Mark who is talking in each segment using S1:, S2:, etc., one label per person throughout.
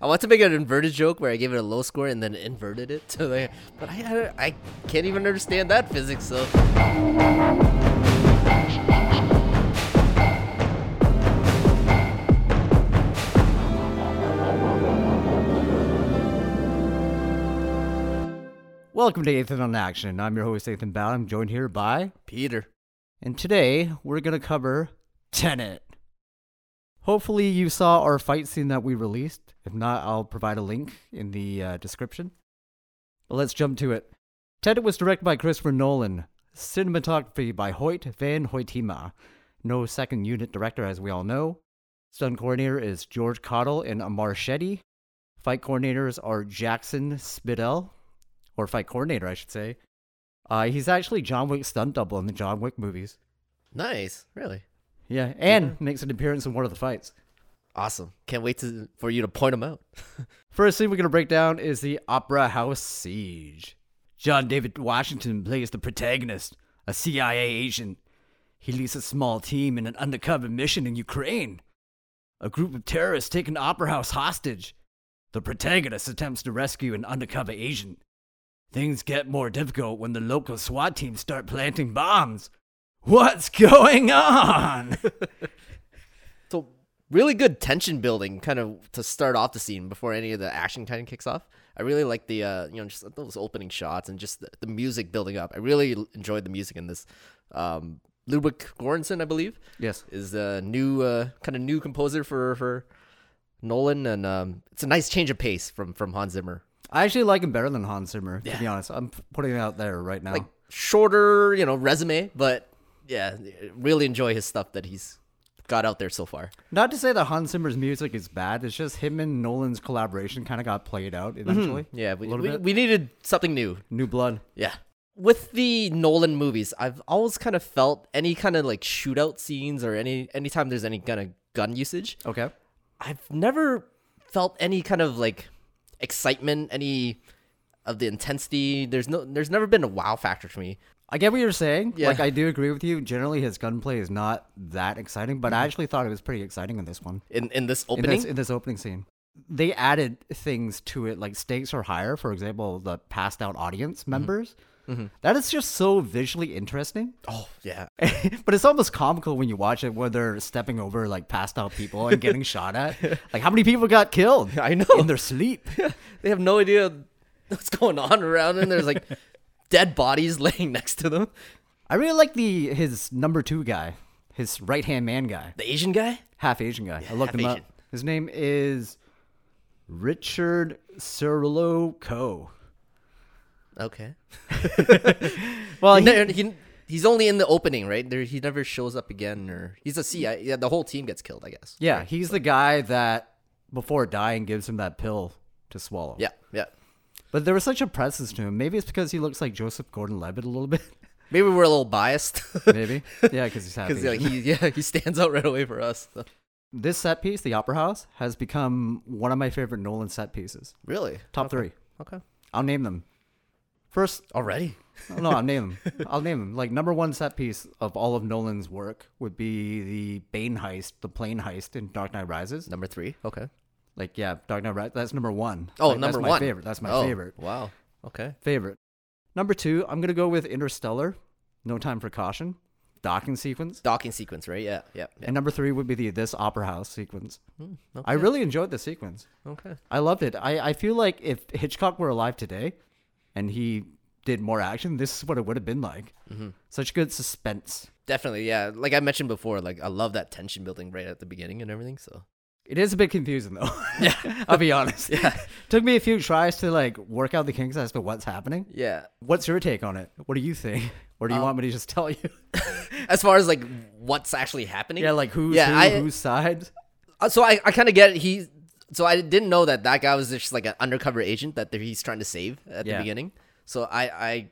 S1: I want to make an inverted joke where I gave it a low score and then inverted it to the. But I, I, I can't even understand that physics. So
S2: Welcome to Ethan on Action. I'm your host, Ethan Ball. I'm joined here by,
S1: Peter,
S2: and today we're going to cover Tenet. Hopefully, you saw our fight scene that we released. If not, I'll provide a link in the uh, description. But let's jump to it. Tenet was directed by Christopher Nolan, cinematography by Hoyt Van Hoytema. No second unit director, as we all know. Stunt coordinator is George Cottle and Amar Shetty. Fight coordinators are Jackson Spidell, or fight coordinator, I should say. Uh, he's actually John Wick's stunt double in the John Wick movies.
S1: nice, really
S2: Yeah, and makes an appearance in one of the fights.
S1: awesome. Can't wait to for you to point them out.
S2: First thing we're going to break down is the Opera House Siege. John David Washington plays the protagonist, a CIA agent. He leads a small team in an undercover mission in Ukraine. A group of terrorists take an opera house hostage. The protagonist attempts to rescue an undercover agent. Things get more difficult when the local SWAT teams start planting bombs. What's going on?
S1: So really good tension building, kind of to start off the scene before any of the action kind of kicks off. I really like the uh, you know just those opening shots and just the, the music building up. I really l- enjoyed the music in this. Um, Ludwig Göransson, I believe,
S2: yes.
S1: is a new uh, kind of new composer for for Nolan, and um, it's a nice change of pace from from Hans Zimmer.
S2: I actually like him better than Hans Zimmer, to be honest. I'm putting it out there right now.
S1: Like shorter, you know, resume, but yeah, really enjoy his stuff that he's got out there so far.
S2: Not to say that Hans Zimmer's music is bad. It's just him and Nolan's collaboration kind of got played out
S1: Mm-hmm.
S2: eventually.
S1: Yeah, we,
S2: a little
S1: we,
S2: bit.
S1: we needed something new.
S2: New Blood.
S1: Yeah. With the Nolan movies, I've always kind of felt any kind of like shootout scenes or any anytime there's any kind of gun usage,
S2: Okay.
S1: I've never felt any kind of like excitement, any of the intensity. There's no there's never been a wow factor to me.
S2: I get what you're saying.
S1: Yeah.
S2: Like I do agree with you. Generally, his gunplay is not that exciting,
S1: Mm-hmm.
S2: but I actually thought it was pretty exciting in this one.
S1: In in this
S2: In
S1: opening.
S2: this, in this opening scene, they added things to it, like stakes are higher. For example, the passed out audience
S1: Mm-hmm.
S2: members. That is just so visually interesting.
S1: oh yeah.
S2: but it's almost comical when you watch it where they're stepping over like passed out people and getting shot at. Like how many people got killed?
S1: I know.
S2: In their sleep.
S1: They have no idea what's going on around and there's like dead bodies laying next to them.
S2: I really like the his number two guy, his right hand man guy,
S1: The Asian guy?
S2: half Asian guy. I
S1: half
S2: looked him
S1: Asian.
S2: up. His name is Richard Cirillo Co.
S1: Okay.
S2: Well,
S1: he,
S2: he,
S1: ne- he- he's only in the opening, right? There, he never shows up again, or he's a CIA. Yeah, the whole team gets killed, I guess.
S2: yeah, he's the guy that before dying gives him that pill to swallow.
S1: yeah, yeah.
S2: But there was such a presence to him. Maybe it's because he looks like Joseph Gordon-Levitt a little bit.
S1: Maybe we're a little biased
S2: Maybe. yeah, because he's half
S1: because
S2: Asian.
S1: he, yeah, he stands out right away for us. so.
S2: this set piece, the Opera House, has become one of my favorite Nolan set pieces.
S1: Really?
S2: Top three.
S1: Okay.
S2: I'll name them. First,
S1: Already?
S2: no, I'll name them. I'll name them. Like number one set piece of all of Nolan's work would be the Bane heist, the plane heist in Dark Knight Rises.
S1: Number three? Okay.
S2: Like yeah, Dark Knight Rises. That's number one.
S1: Oh,
S2: Like,
S1: number
S2: that's my
S1: one.
S2: favorite. That's my
S1: Oh,
S2: favorite.
S1: Wow. Okay.
S2: Favorite. Number two, I'm gonna go with Interstellar. No time for caution. Docking sequence.
S1: Docking sequence, right? Yeah, yeah. yeah.
S2: And number three would be the this opera house sequence.
S1: okay.
S2: I really enjoyed the sequence.
S1: Okay.
S2: I loved it. I, I feel like if Hitchcock were alive today and he did more action, this is what it would have been like. Such good suspense.
S1: Definitely, yeah. Like I mentioned before, like I love that tension building right at the beginning and everything. So
S2: It is a bit confusing though. Yeah. I'll be honest. Yeah. Took me a few tries to like work out the kinks as to what's happening.
S1: yeah.
S2: What's your take on it? What do you think? Or do you want me to just tell you?
S1: As far as like what's actually happening,
S2: yeah, like who's who,
S1: I-
S2: whose side?
S1: Uh, so I, I kind of get it. He, so I didn't know that that guy was just like an undercover agent that th- he's trying to save at
S2: Yeah.
S1: the beginning. So I, I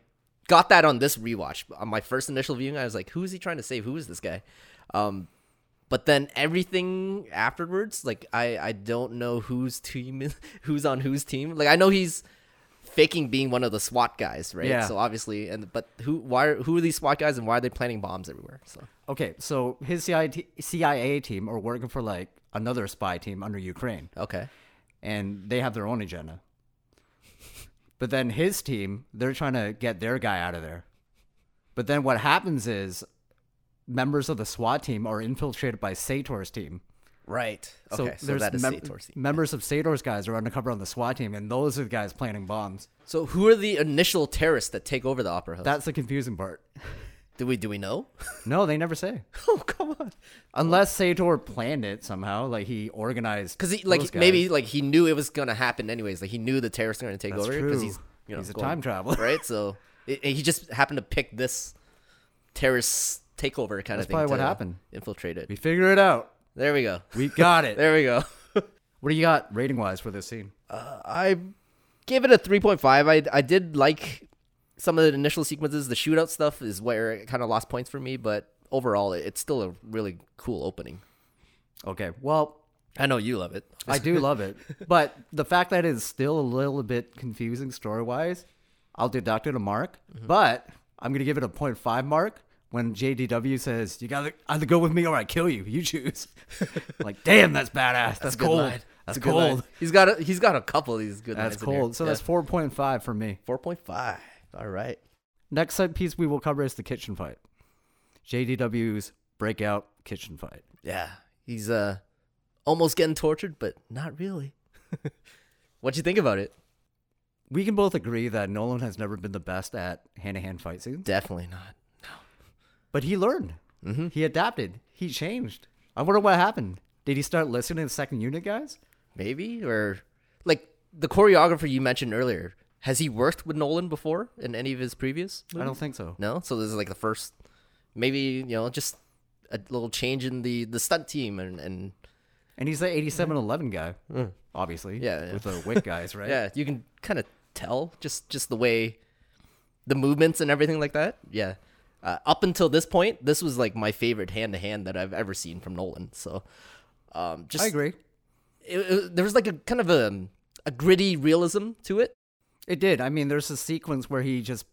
S1: got that on this rewatch. On my first initial viewing, I was like, who is he trying to save? Who is this guy? Um, but then everything afterwards, like I, I don't know whose team, is, who's on whose team. Like I know he's faking being one of the SWAT guys, right?
S2: Yeah.
S1: So obviously, and but who, why, are- who are these SWAT guys, and why are they planting bombs everywhere? So
S2: Okay, so his CIA, t- CIA team are working for like another spy team under Ukraine.
S1: okay,
S2: and they have their own agenda. But then his team, they're trying to get their guy out of there. But then what happens is members of the SWAT team are infiltrated by Sator's team.
S1: Right. Okay. So,
S2: there's
S1: that is
S2: mem-
S1: Sator's team.
S2: members of Sator's guys are undercover on the SWAT team, and those are the guys planting bombs.
S1: So who are the initial terrorists that take over the opera house?
S2: That's the confusing part.
S1: do we do we know?
S2: No, they never say.
S1: oh come on.
S2: Unless Sator planned it somehow, like he organized.
S1: Because he
S2: those
S1: like
S2: guys.
S1: maybe like he knew it was gonna happen anyways. Like he knew the terrorists were gonna take
S2: That's
S1: over
S2: true.
S1: because he's you know
S2: he's a
S1: going-
S2: time traveler.
S1: right? So it, it- he just happened to pick this terrorist takeover kind of
S2: That's
S1: thing.
S2: probably what
S1: to
S2: happened.
S1: Infiltrate it.
S2: We figure it out.
S1: There we go.
S2: We got it.
S1: There we go.
S2: what do you got rating wise for this scene?
S1: I gave it a 3.5. I I did like some of the initial sequences. The shootout stuff is where it kind of lost points for me, but overall, it, it's still a really cool opening.
S2: Okay, well,
S1: I know you love it.
S2: I do love it, but the fact that it's still a little bit confusing story wise, I'll deduct it a mark.
S1: Mm-hmm.
S2: But I'm gonna give it a 0.5 mark when JDW says you gotta either go with me or I kill you. You choose. like, damn, that's badass. That's,
S1: Good
S2: cold.
S1: line.
S2: That's
S1: It's a good line.
S2: cold.
S1: He's got a, he's got a couple of these good
S2: That's
S1: lines in here.
S2: cold. So
S1: Yeah.
S2: that's 4.5 for me.
S1: 4.5. All right.
S2: Next set piece we will cover is the kitchen fight. JDW's breakout kitchen fight.
S1: Yeah. He's uh almost getting tortured, but not really. What'd you think about it?
S2: We can both agree that Nolan has never been the best at hand to hand fight scenes,
S1: Definitely not.
S2: but he learned. Mm-hmm. He adapted. He changed. I wonder what happened. Did he start listening to the second unit guys?
S1: Maybe or like the choreographer you mentioned earlier. Has he worked with Nolan before in any of his previous?
S2: I don't think so.
S1: No. So this is like the first maybe, you know, just a little change in the the stunt team and and
S2: And he's the 8711 guy, obviously.
S1: Mm. Yeah, yeah.
S2: With the wick guys, right?
S1: yeah, you can kind of tell just just the way the movements and everything like that. Yeah. Uh, up until this point, this was like my favorite hand to hand that I've ever seen from Nolan. So, um, just
S2: I agree.
S1: it, it- there was like a kind of a, a gritty realism to it.
S2: It did. I mean, there's a sequence where he just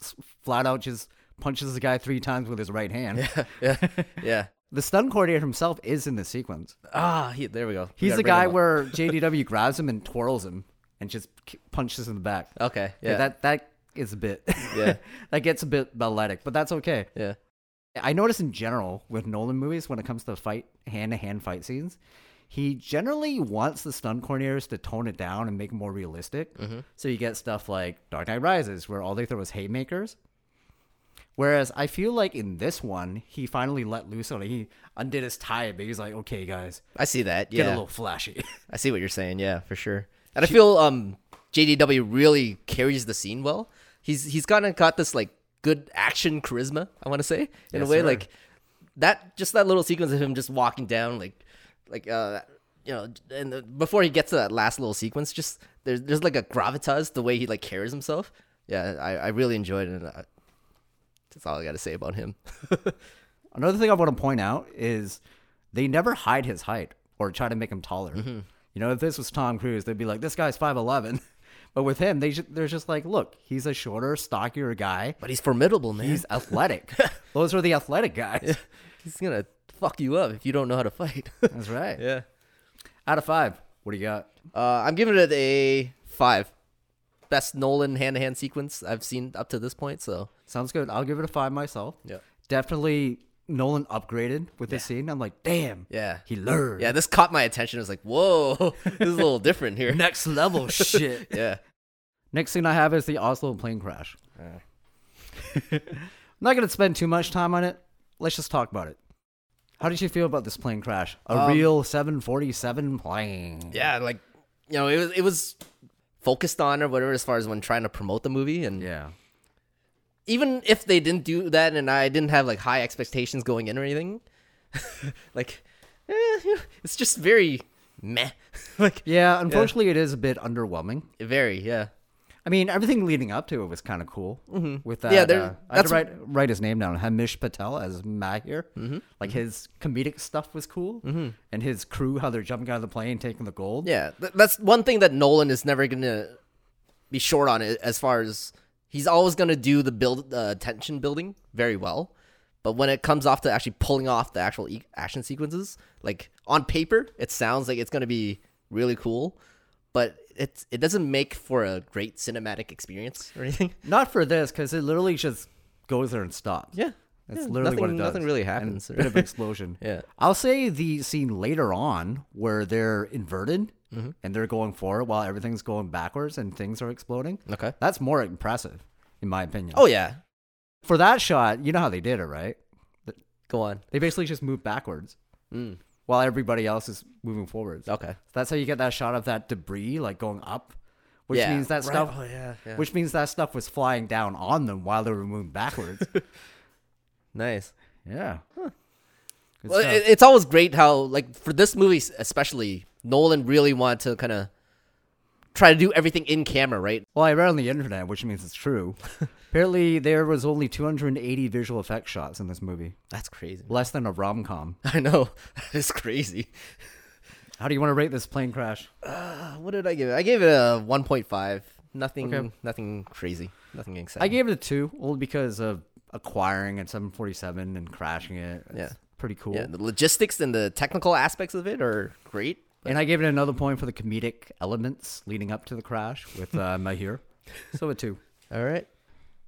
S2: s- flat out just punches the guy three times with his right hand.
S1: yeah, yeah.
S2: The stun coordinator himself is in the sequence.
S1: Ah, he, there we go. We
S2: He's
S1: gotta
S2: the
S1: bring him
S2: guy
S1: up.
S2: where JDW grabs him and twirls him and just k- punches in the back.
S1: Okay, yeah,
S2: Yeah, that that is a bit.
S1: Yeah.
S2: that gets a bit balletic, but that's okay.
S1: yeah,
S2: I notice in general with Nolan movies when it comes to fight hand to hand fight scenes, he generally wants the stun coordinators to tone it down and make it more realistic. So you get stuff like Dark Knight Rises, where all they throw is haymakers. Whereas I feel like in this one, he finally let loose on it. He undid his tie, but he's like, "Okay, guys,
S1: I see that.
S2: get
S1: Yeah,
S2: a little flashy."
S1: I see what you're saying. Yeah, for sure. And I feel um, JDW really carries the scene well. He's he's kind of got this like good action charisma. I want to say in
S2: Yes,
S1: a way
S2: sir.
S1: like that. Just that little sequence of him just walking down like like uh you know and the, before he gets to that last little sequence, just there's there's like a gravitas the way he like carries himself. Yeah, I, I really enjoyed it. And I, that's all I got to say about him.
S2: Another thing I want to point out is they never hide his height or try to make him taller.
S1: Mm-hmm.
S2: You know, if this was Tom Cruise, they'd be like, "This guy's 5'11." But with him, they ju- they're just like, "Look, he's a shorter, stockier guy.
S1: But he's formidable, man.
S2: He's athletic. Those are the athletic guys."
S1: he's gonna fuck you up if you don't know how to fight.
S2: That's right.
S1: yeah.
S2: Out of 5, what do you got?
S1: Uh, I'm giving it a five. Best Nolan hand to hand sequence I've seen up to this point. So
S2: Sounds good. I'll give it a 5 myself.
S1: yeah,
S2: Definitely Nolan upgraded with this scene. I'm like, "Damn."
S1: yeah,
S2: He learned.
S1: yeah. This caught my attention. I was like, whoa, this is a little different here.
S2: Next level shit.
S1: Yeah,
S2: Next thing I have is the Oslo plane crash. I'm not going to spend too much time on it. Let's just talk about it. How did you feel about this plane crash? A real 747 plane.
S1: Um, yeah. Like you know, it was it was focused on or whatever as far as when trying to promote the movie and
S2: Yeah.
S1: even if they didn't do that and I didn't have like high expectations going in or anything, like eh, it's just very meh. like
S2: Yeah, unfortunately, it is a bit underwhelming.
S1: very yeah.
S2: I mean, everything leading up to it was kind of cool. Mm-hmm. With that,
S1: Yeah,
S2: yeah,
S1: there-
S2: uh, I had
S1: that's-
S2: to write, write his name down. Hamish Patel as Mahir. Mm-hmm. Like his comedic stuff was cool, mm-hmm. and his crew, how they're jumping out of the plane, taking the gold.
S1: Yeah, th- that's one thing that Nolan is never gonna be short on. i- As far as he's always gonna do the build uh, tension building very well, but when it comes off to actually pulling off the actual e- action sequences, like on paper, it sounds like it's gonna be really cool. but it's it doesn't make for a great cinematic experience or anything.
S2: Not for this, because it literally just goes there and stops.
S1: Yeah,
S2: That's
S1: Yeah,
S2: literally what it
S1: nothing-
S2: does.
S1: nothing really
S2: And
S1: happens.
S2: a bit of explosion.
S1: yeah,
S2: I'll say the scene later on where they're inverted
S1: Mm-hmm.
S2: and they're going forward while everything's going backwards and things are exploding.
S1: okay.
S2: That's more impressive, in my opinion.
S1: Oh yeah,
S2: for that shot, you know how they did it, right?
S1: go on.
S2: They basically just moved backwards
S1: Mm,
S2: while everybody else is moving forwards.
S1: okay,
S2: That's how you get that shot of that debris like going up, which
S1: Yeah,
S2: means that
S1: right.
S2: stuff.
S1: Oh, yeah, yeah.
S2: Which means that stuff was flying down on them while they were moving backwards.
S1: nice.
S2: yeah. Good
S1: Well,
S2: stuff.
S1: it, it's always great how like for this movie s- especially, Nolan really wanted to kind of try to do everything in camera, right?
S2: Well, I read on the internet, which means it's true. Apparently, there was only 280 visual effects shots in this movie,
S1: That's crazy.
S2: less than a rom com.
S1: I know. It's crazy.
S2: How do you want to rate this plane crash?
S1: Uh, What did I give it? I gave it a 1.5. Nothing
S2: Okay.
S1: nothing crazy. Nothing
S2: I
S1: exciting.
S2: gave it a two, only because of acquiring a 747 and crashing it. It's
S1: Yeah.
S2: pretty cool.
S1: yeah, the logistics and the technical aspects of it are great.
S2: And I gave it another point for the comedic elements leading up to the crash with uh, Mahir. So a two.
S1: All right.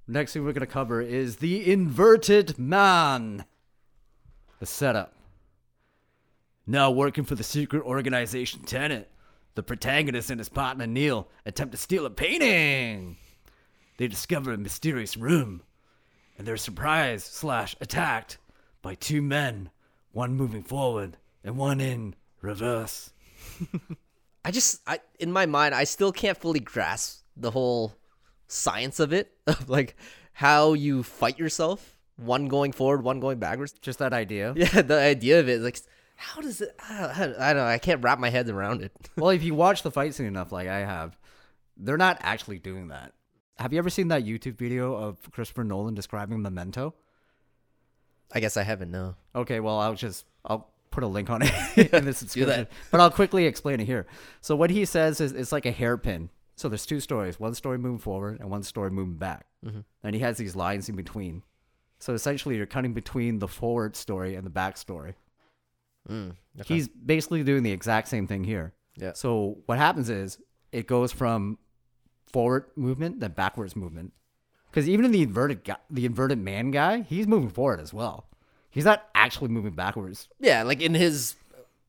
S2: Next thing we're going to cover is the inverted man. The setup. Now working for the secret organization Tenant, the protagonist and his partner Neil attempt to steal a painting. They discover a mysterious room, and they're surprised slash attacked by two men, one moving forward and one in reverse.
S1: I just I in my mind I still can't fully grasp the whole science of it of like how you fight yourself, one going forward, one going backwards.
S2: Just that idea.
S1: Yeah, the idea of it, like, how does it? I don't, I don't- I don't know. I can't wrap my head around it.
S2: well, if you watch the fight scene enough, like I have, they're not actually doing that. Have you ever seen that YouTube video of Christopher Nolan describing Memento?
S1: I guess I haven't. No.
S2: Okay, well, I'll just I'll put a link on it in the subscription,
S1: that.
S2: but I'll quickly explain it here. So what he says is it's like a hairpin. So there's two stories: one story moving forward and one story moving back.
S1: Mm-hmm.
S2: And he has these lines in between. So essentially, you're cutting between the forward story and the back story. He's basically doing the exact same thing here.
S1: Mm, Yeah.
S2: So what happens is it goes from forward movement then backwards movement. Because even in the inverted guy, the inverted man guy, he's moving forward as well. He's not actually moving backwards.
S1: Yeah, like in his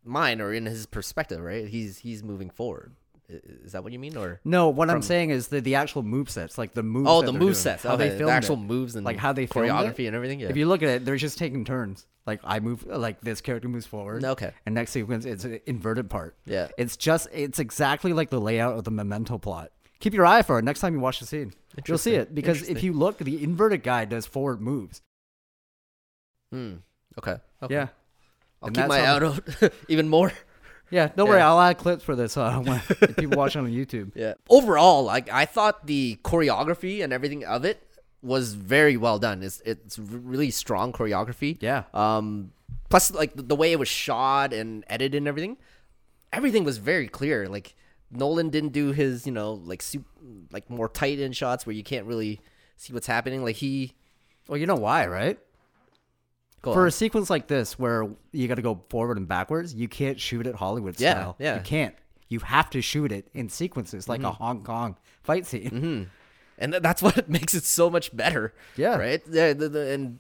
S1: mind or in his perspective, right? He's he's moving forward. I- Is that what you mean? Or
S2: No, what I'm saying is the, the actual move sets, like the moves.
S1: oh,
S2: that
S1: the
S2: they're
S1: move
S2: doing,
S1: sets,
S2: how
S1: okay,
S2: they
S1: the
S2: filmed
S1: actual
S2: it.
S1: moves and
S2: like how they filmed it.
S1: choreography and everything. Yeah.
S2: If you look at it, they're just taking turns. Like I move, like this character moves forward.
S1: Okay.
S2: And next sequence, it's an inverted part.
S1: Yeah.
S2: It's just, it's exactly like the layout of the Memento plot. Keep your eye for it next time you watch the scene. You'll see
S1: Interesting.
S2: it because if
S1: Interesting.
S2: you look, the inverted guy does forward moves.
S1: Hmm. okay. okay.
S2: Yeah.
S1: I'll
S2: And
S1: keep
S2: that's
S1: my
S2: how-
S1: eye out even more.
S2: Yeah. Don't worry.
S1: Yeah.
S2: I'll add clips for this uh, when, if people watch it on YouTube.
S1: Yeah. Overall, like I thought the choreography and everything of it was very well done. It's it's really strong choreography.
S2: Yeah.
S1: Um, plus, like the, the way it was shot and edited and everything, everything was very clear. Like Nolan didn't do his, you know, like soup, like more tight in shots where you can't really see what's happening. Like he,
S2: Well, you know why, right?
S1: go
S2: For
S1: on.
S2: a sequence like this where you got to go forward and backwards, you can't shoot it Hollywood
S1: Yeah,
S2: style.
S1: yeah. Mm-hmm.
S2: You can't. You have to shoot it in sequences like a Hong Kong fight scene.
S1: and th- that's what makes it so much better.
S2: Yeah.
S1: right. Yeah, the, the, and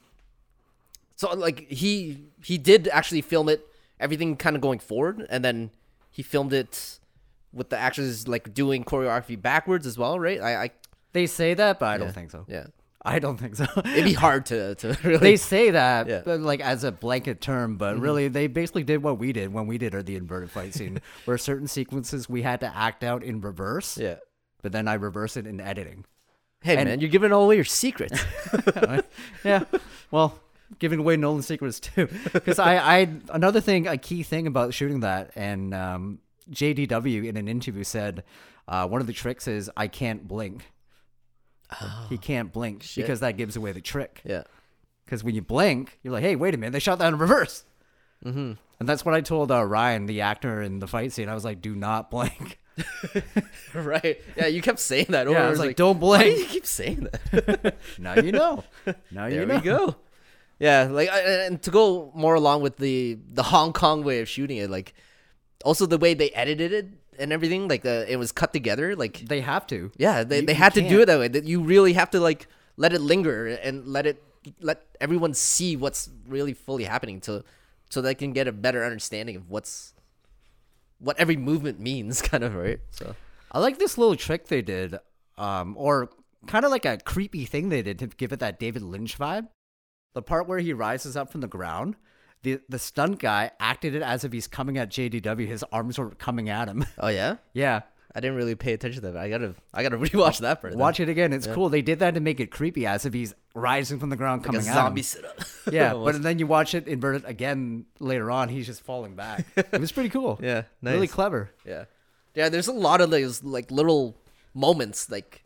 S1: so like he he did actually film it, everything kind of going forward, and then he filmed it with the actors like doing choreography backwards as well, right? I, I
S2: They say that, but I don't think so.
S1: yeah,
S2: I don't think so.
S1: it'd be hard to to really.
S2: they say that,
S1: Yeah. Mm-hmm.
S2: but like as a blanket term, but really they basically did what we did when we did our the inverted fight scene, where certain sequences we had to act out in reverse,
S1: yeah.
S2: but then I reverse it in editing.
S1: Hey man, you're giving away your secrets.
S2: yeah. Well, giving away Nolan's secrets too, because I, I another thing, a key thing about shooting that, and um, JDW in an interview said uh, one of the tricks is I can't blink.
S1: Oh,
S2: he can't blink because that gives away the trick.
S1: yeah.
S2: Because when you blink, you're like, hey, wait a minute, they shot that in reverse. Mm-hmm. And that's what I told uh, Ryan, the actor in the fight scene. I was like, do not blink.
S1: Right. Yeah, you kept saying that over.
S2: Yeah, I was like, don't
S1: Why do you
S2: blink.
S1: keep saying that?
S2: now you know. Now you
S1: There
S2: know.
S1: we go. Yeah, like I- I- and to go more along with the the Hong Kong way of shooting it, like also the way they edited it, and everything like uh, it was cut together like
S2: They have to.
S1: yeah they,
S2: You-
S1: they
S2: you
S1: had to do
S2: can't.
S1: it that way that you really have to like let it linger and let it let everyone see what's really fully happening to so they can get a better understanding of what's what every movement means kind of right so
S2: I like this little trick they did, um, or kind of like a creepy thing they did to give it that David Lynch vibe. The part where he rises up from the ground, the the stunt guy acted it as if he's coming at JDW. His arms were coming at him.
S1: oh yeah
S2: yeah,
S1: i didn't really pay attention to that i gotta i gotta rewatch that for
S2: watch it again. It's cool. They did that to make it creepy, as if he's rising from the ground,
S1: a
S2: coming at
S1: zombie
S2: him.
S1: sit up
S2: Yeah, but then you watch it inverted again later on. He's just falling back. It was pretty cool.
S1: Yeah,
S2: really
S1: nice.
S2: clever.
S1: Yeah. Yeah, there's a lot of those like little moments like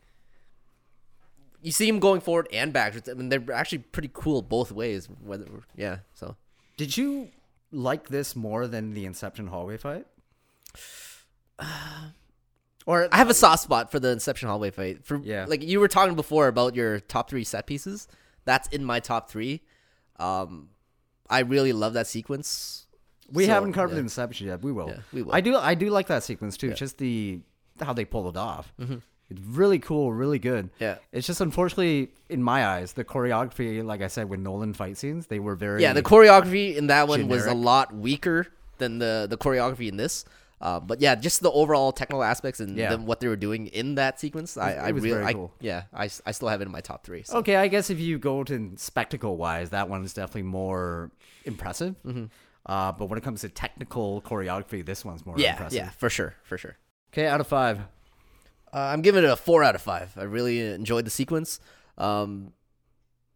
S1: you see him going forward and backwards. I mean they're actually pretty cool both ways whether yeah, so
S2: Did you like this more than the Inception hallway fight? Or
S1: I have a soft spot for the Inception hallway fight. For
S2: Yeah.
S1: like you were talking before about your top 3 set pieces. That's in my top 3. Um I really love that sequence.
S2: we
S1: So,
S2: haven't covered
S1: yeah.
S2: Inception yet. We will.
S1: Yeah, we will.
S2: I do. I do like that sequence too. Just the how they pull it off. It's really cool. Really good.
S1: Mm-hmm. Yeah.
S2: It's just unfortunately, in my eyes, the choreography, like I said, with Nolan fight scenes, they were very.
S1: Yeah, the choreography in that one was a
S2: Generic.
S1: lot weaker than the the choreography in this. Uh, but yeah, just the overall technical aspects and
S2: Yeah.
S1: then what they were doing in that sequence, I,
S2: It
S1: I
S2: was
S1: really,
S2: very
S1: I,
S2: cool. Oh,
S1: yeah, I, s- I still have it in my top three. So.
S2: Okay, I guess if you go to spectacle wise, that one is definitely more impressive.
S1: Mm-hmm.
S2: Uh, but when it comes to technical choreography, this one's more
S1: yeah,
S2: impressive.
S1: yeah, for sure, for sure.
S2: Okay, out of five.
S1: Uh, I'm giving it a four out of five. I really enjoyed the sequence. Um,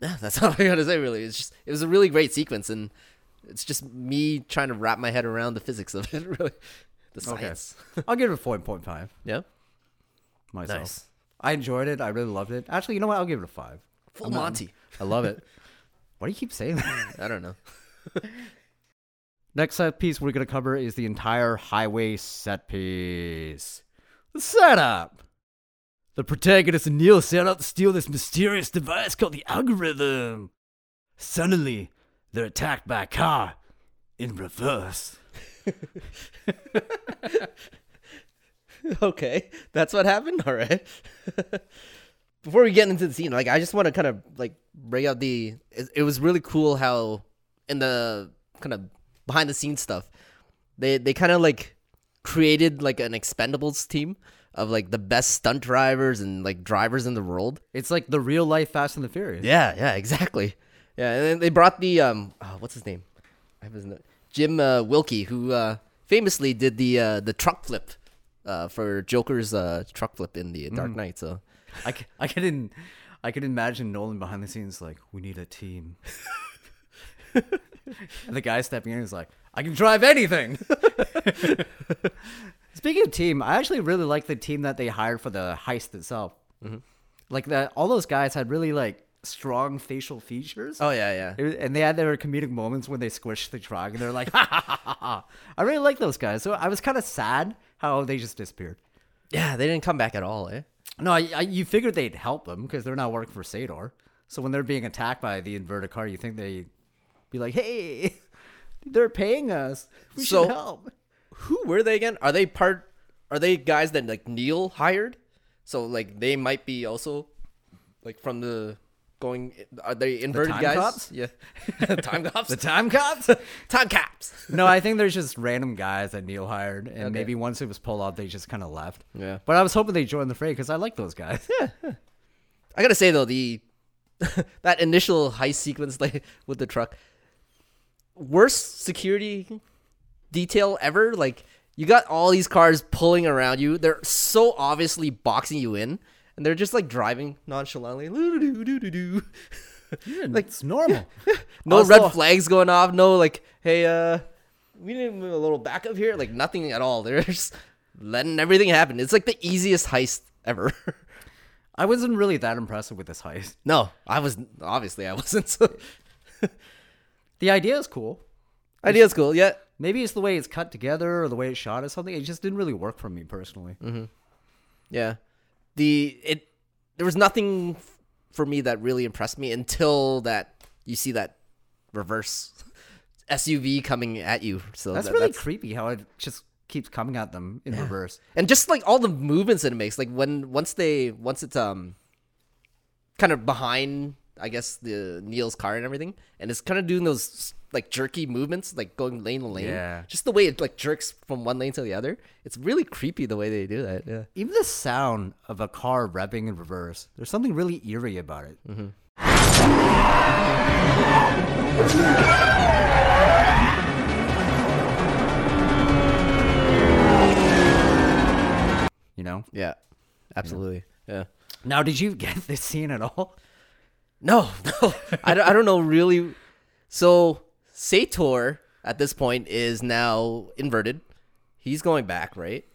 S1: yeah, that's all I gotta say. Really, it's just it was a really great sequence, and it's just me trying to wrap my head around the physics of it. Really, the science.
S2: I'll give it a four point five
S1: Yeah,
S2: myself.
S1: nice.
S2: I enjoyed it. I really loved it. Actually, you know what? I'll give it a five.
S1: Full
S2: I'm not-
S1: Monty.
S2: I love it. Why do you keep saying that?
S1: I don't know.
S2: Next set piece we're gonna cover is the entire highway set piece. The setup. The protagonist and Neil set out to steal this mysterious device called the algorithm. Suddenly, they're attacked by a car in reverse.
S1: okay, that's what happened. All right. Before we get into the scene, like I just want to kind of like bring out the. It, it was really cool how in the kind of behind the scenes stuff, they they kind of like created like an Expendables team of like the best stunt drivers and like drivers in the world.
S2: It's like the real life Fast and the Furious.
S1: Yeah, yeah, exactly. Yeah, and then they brought the um, oh, what's his name? I have his name. Jim uh, Wilkie, who uh, famously did the uh, the truck flip uh, for Joker's uh, truck flip in the Dark Knight. So
S2: I, c- I couldn't I could imagine Nolan behind the scenes like we need a team. and the guy stepping in is like, I can drive anything. Speaking of team, I actually really like the team that they hired for the heist itself. Like that, all those guys had really like strong facial features.
S1: oh yeah, yeah,
S2: It was- and they had their comedic moments when they squished the truck, and they're like, ha, ha, ha, ha, ha. I really like those guys. So I was kind of sad how they just disappeared.
S1: yeah. They didn't come back at all. Eh?
S2: No, I, I, you figured they'd help them because they're not working for Sador. So when they're being attacked by the inverted car, you think they'd be like, hey, they're paying us. We
S1: So-
S2: should help.
S1: Who were they again? Are they part? Are they guys that like Neil hired? So like they might be also like from the going. Are they inverted
S2: time
S1: guys?
S2: cops?
S1: Yeah, time cops.
S2: The time cops?
S1: time cops.
S2: no, I think there's just random guys that Neil hired. And maybe once it was pulled out, they just kind of left.
S1: Yeah.
S2: But I was hoping they joined the fray because I like those guys.
S1: I gotta say though, the that initial heist sequence like with the truck, worst security detail ever. Like you got all these cars pulling around you. They're so obviously boxing you in, and they're just like driving nonchalantly. Loo-doo-doo-doo-doo-doo.
S2: like, it's normal.
S1: No
S2: Also-
S1: red flags going off. No like, hey, uh, we need a little backup here. Like nothing at all. They're just letting everything happen. It's like the easiest heist ever.
S2: I wasn't really that impressed with this heist.
S1: no, I was obviously I wasn't. So.
S2: The idea is cool.
S1: Idea's cool. Yeah.
S2: Maybe it's the way it's cut together or the way it's shot or something. It just didn't really work for me personally.
S1: Yeah. The it there was nothing f- for me that really impressed me until that you see that reverse SUV coming at you. So
S2: That's
S1: that-
S2: really creepy how it just keeps coming at them in reverse.
S1: and just like all the movements that it makes like when once they once it's um kind of behind i guess the neil's car and everything and it's kind of doing those like jerky movements like going lane to lane
S2: Yeah.
S1: just the way it like jerks from one lane to the other it's really creepy the way they do that yeah
S2: Even the sound of a car revving in reverse, there's something really eerie about it. You know?
S1: yeah absolutely yeah
S2: Now, did you get this scene at all?
S1: No, no. I, don't, I don't know really. So Sator at this point is now inverted. He's going back, right?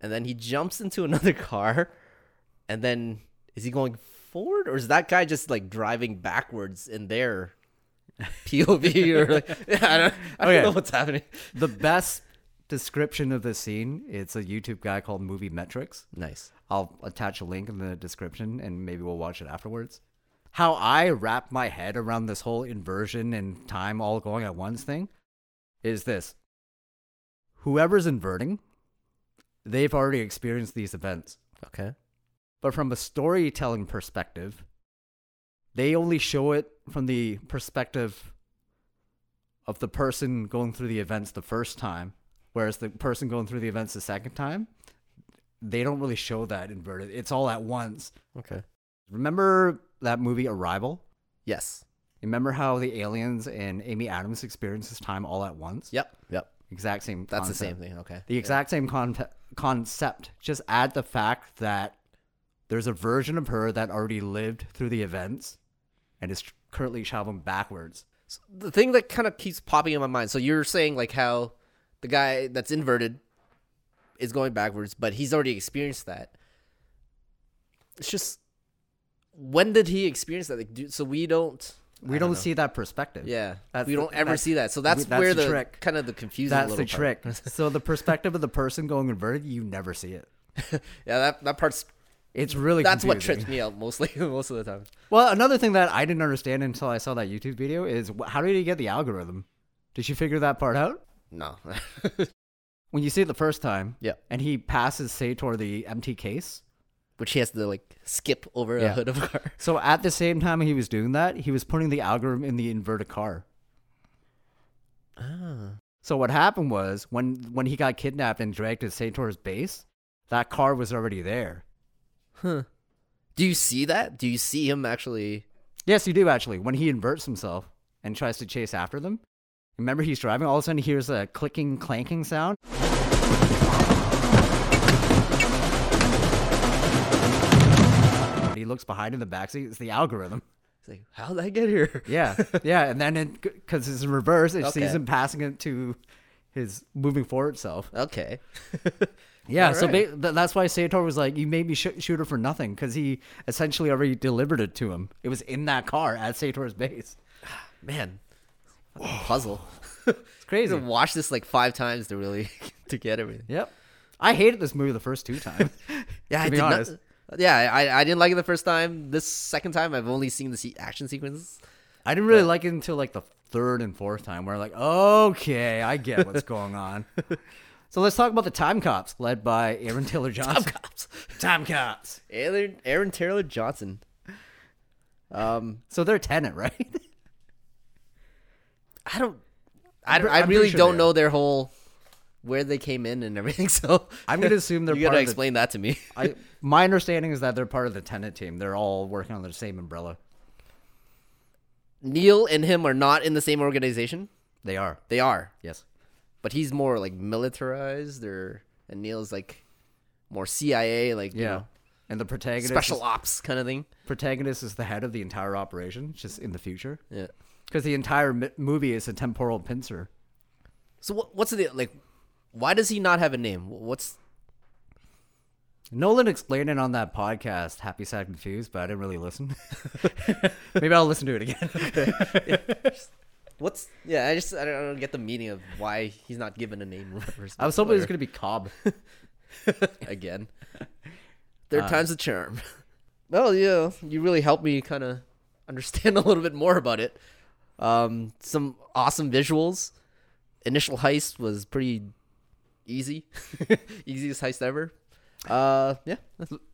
S1: And then he jumps into another car. And then is he going forward or is that guy just like driving backwards in their POV or like, I don't, I don't
S2: Okay.
S1: know what's happening.
S2: The best description of this scene, it's a YouTube guy called Movie Metrics.
S1: Nice.
S2: I'll attach a link in the description and maybe we'll watch it afterwards. How I wrap my head around this whole inversion and time all going at once thing is this whoever's inverting, they've already experienced these events.
S1: Okay.
S2: But from a storytelling perspective, they only show it from the perspective of the person going through the events the first time, whereas the person going through the events the second time, they don't really show that inverted. It's all at once.
S1: Okay.
S2: Remember that movie Arrival?
S1: Yes.
S2: Remember how the aliens and Amy Adams experiences time all at once?
S1: Yep. Yep.
S2: Exact same.
S1: That's the
S2: concept.
S1: same thing. Okay.
S2: The exact same con- concept. Just add the fact that there's a version of her that already lived through the events and is tr- currently traveling backwards.
S1: the thing that kind of keeps popping in my mind. So you're saying like how the guy that's inverted is going backwards, but he's already experienced that. It's just when did he experience that? Like, do, so we don't. uh,
S2: We don't, see that perspective.
S1: Yeah,
S2: That's
S1: we
S2: the-
S1: don't ever
S2: that's-
S1: see that. So that's,
S2: that's
S1: where
S2: the
S1: the
S2: trick.
S1: kind of the confusing.
S2: That's the
S1: little part.
S2: trick. so the perspective of the person going inverted, you never see it.
S1: Yeah, that that part's
S2: It's really
S1: that's what
S2: confusing.
S1: trips me out mostly most of the time.
S2: Well, another thing that I didn't understand until I saw that YouTube video is wh- how did he get the algorithm? Did you figure that part out?
S1: No.
S2: When you see it the first time,
S1: yeah,
S2: and he passes Sator the empty case.
S1: which he has to like skip over a
S2: Yeah.
S1: hood of a car.
S2: So at the same time he was doing that, he was putting the algorithm in the inverted car. So what happened was when when he got kidnapped and dragged to Sator's base, that car was already there.
S1: Do you see that? Do you see him actually?
S2: Yes, you do actually. When he inverts himself and tries to chase after them, remember he's driving. All of a sudden, he hears a clicking, clanking sound. He looks behind in the backseat. It's the algorithm.
S1: It's like, how did I get here?
S2: Yeah, yeah. And then it because it's in reverse, it
S1: Okay.
S2: sees him passing it to his moving forward self.
S1: Okay.
S2: Yeah, so
S1: Alright.
S2: ba- th- that's why Sator was like, "You made me sh- shoot her for nothing," because he essentially already delivered it to him. It was in that car at Sator's base.
S1: man fucking puzzle
S2: It's
S1: you
S2: crazy.
S1: have to watch this like five times to really to get everything
S2: Yep. I hated this movie the first two times.
S1: yeah
S2: to
S1: i
S2: be
S1: did
S2: honest.
S1: not yeah I, I didn't like it the first time this second time i've only seen the se- action sequences
S2: I didn't really like it until like the third and fourth time where like, okay, I get what's going on. So let's talk about the Time Cops, led by Aaron Taylor Johnson. Time Cops. Time Cops.
S1: aaron, aaron taylor johnson um
S2: So they're tenant, right?
S1: i don't i, don't,
S2: pre-
S1: I
S2: I'm
S1: really
S2: pretty sure
S1: don't
S2: they
S1: know their whole where they came in and everything so
S2: I'm gonna assume they're
S1: you gotta
S2: part of the-
S1: explain that to me
S2: I my understanding is that they're part of the tenant team. They're all working under the same umbrella.
S1: neil and him are not in the same organization
S2: They are.
S1: they are
S2: Yes.
S1: but he's more like militarized or and neil's like more cia like you
S2: Yeah.
S1: know,
S2: And the protagonist
S1: special
S2: is,
S1: ops kind of thing
S2: protagonist is the head of the entire operation, just in the future.
S1: yeah
S2: Because the entire mi- movie is a temporal pincer.
S1: So what, what's the like? Why does he not have a name? Wh- What's
S2: Nolan explained it on that podcast, Happy Sad Confused, but I didn't really listen. Maybe I'll listen to it again.
S1: what's? Yeah, I just I don't, I don't get the meaning of why he's not given a name. or
S2: I was hoping it was
S1: something
S2: going to be Cobb.
S1: again. Third time's a charm. Uh, Well, yeah, you really helped me kind of understand a little bit more about it. Um, some awesome visuals. Initial heist was pretty easy, easiest heist ever. Uh, yeah,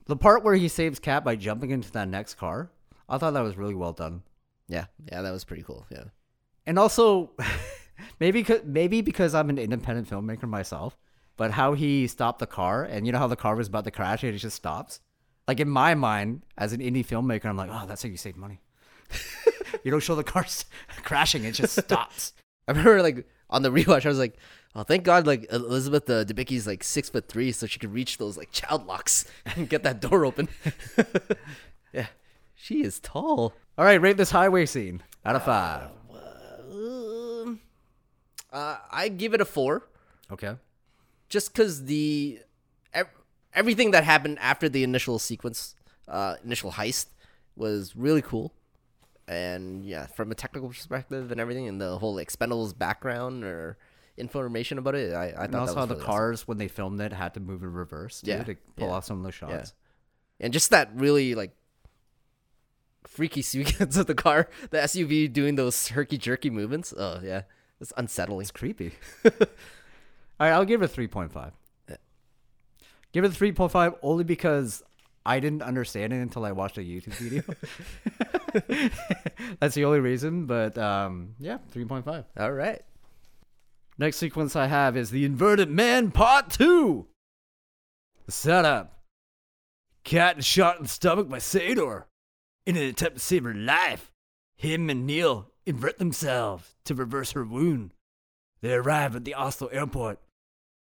S2: The part where he saves Cap by jumping into that next car, I thought that was really well done.
S1: yeah, yeah. That was pretty cool. Yeah,
S2: And also, maybe 'cause- maybe because I'm an independent filmmaker myself, but how he stopped the car, and you know how the car was about to crash, and it just stops. Like in my mind, as an indie filmmaker, I'm like, oh, that's how you save money. you don't show the car s- crashing; it just stops.
S1: I remember like on the rewatch, I was like, oh, thank God, like Elizabeth uh, Debicki's like six foot three, so she could reach those like child locks and get that door open. yeah, she is tall.
S2: All right, rate this highway scene out of
S1: Uh,
S2: five.
S1: Um, uh, I give it a four.
S2: Okay.
S1: just because the ev- everything that happened after the initial sequence, uh, initial heist, was really cool, and yeah, from a technical perspective and everything, and the whole Expendables background or information about it, I, I thought
S2: And also
S1: that was
S2: how the
S1: really awesome.
S2: cars when they filmed it had to move in reverse too,
S1: Yeah,
S2: to pull
S1: yeah,
S2: off some of those shots.
S1: yeah. and just that really like freaky sequence of the car, the SUV doing those herky jerky movements. Oh yeah, it's unsettling.
S2: It's creepy. All right, I'll give it a 3.5. Give it a 3.5 only because I didn't understand it until I watched a YouTube video. That's the only reason, but um, yeah, 3.5.
S1: All right,
S2: Next sequence I have is The Inverted Man Part 2. The setup Cat is shot in the stomach by Sador. In an attempt to save her life, him and Neil invert themselves to reverse her wound. They arrive at the Oslo airport.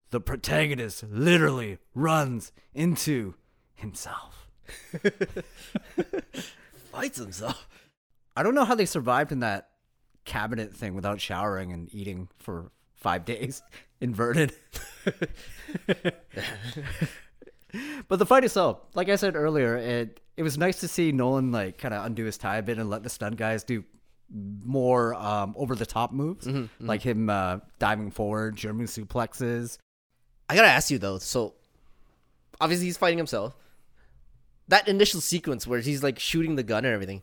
S2: The protagonist literally runs into himself.
S1: fights himself.
S2: I don't know how they survived in that cabinet thing without showering and eating for five days, inverted. but the fight itself, like I said earlier, it it was nice to see Nolan like kind of undo his tie a bit and let the stunt guys do more um, over the top moves,
S1: Mm-hmm,
S2: like him uh, diving forward, German suplexes.
S1: I gotta ask you though. So obviously he's fighting himself. That initial sequence where he's like shooting the gun and everything.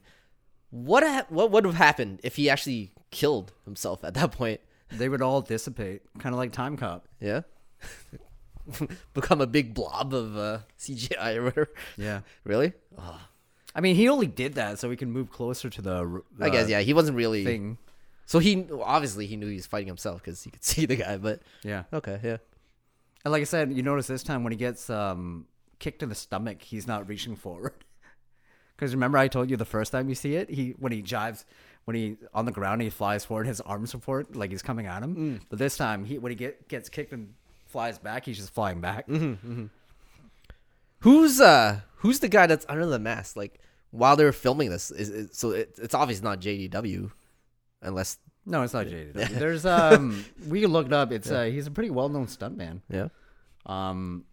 S1: What ha- what would have happened if he actually killed himself at that point?
S2: They would all dissipate, kind of like Time Cop.
S1: Yeah. Become a big blob of uh, CGI or whatever.
S2: Yeah,
S1: Really?
S2: I mean, he only did that so he can move closer to the.
S1: I guess yeah. He wasn't really.
S2: Uh, Thing.
S1: So he obviously he knew he was fighting himself because he could see the guy. But
S2: Yeah.
S1: okay, yeah.
S2: And like I said, you notice this time when he gets um, kicked in the stomach, he's not reaching forward. Because remember, I told you the first time you see it, he when he jives, when he on the ground, he flies forward, his arm support, like he's coming at him. But this time, he when he get, gets kicked and flies back, he's just flying back.
S1: Who's uh who's the guy that's under the mask? Like while they're filming this, is, is so it, it's obvious not JDW, unless
S2: No, it's not jaded. There's um, we can look it up. It's uh, he's a pretty well known stuntman.
S1: yeah.
S2: Um,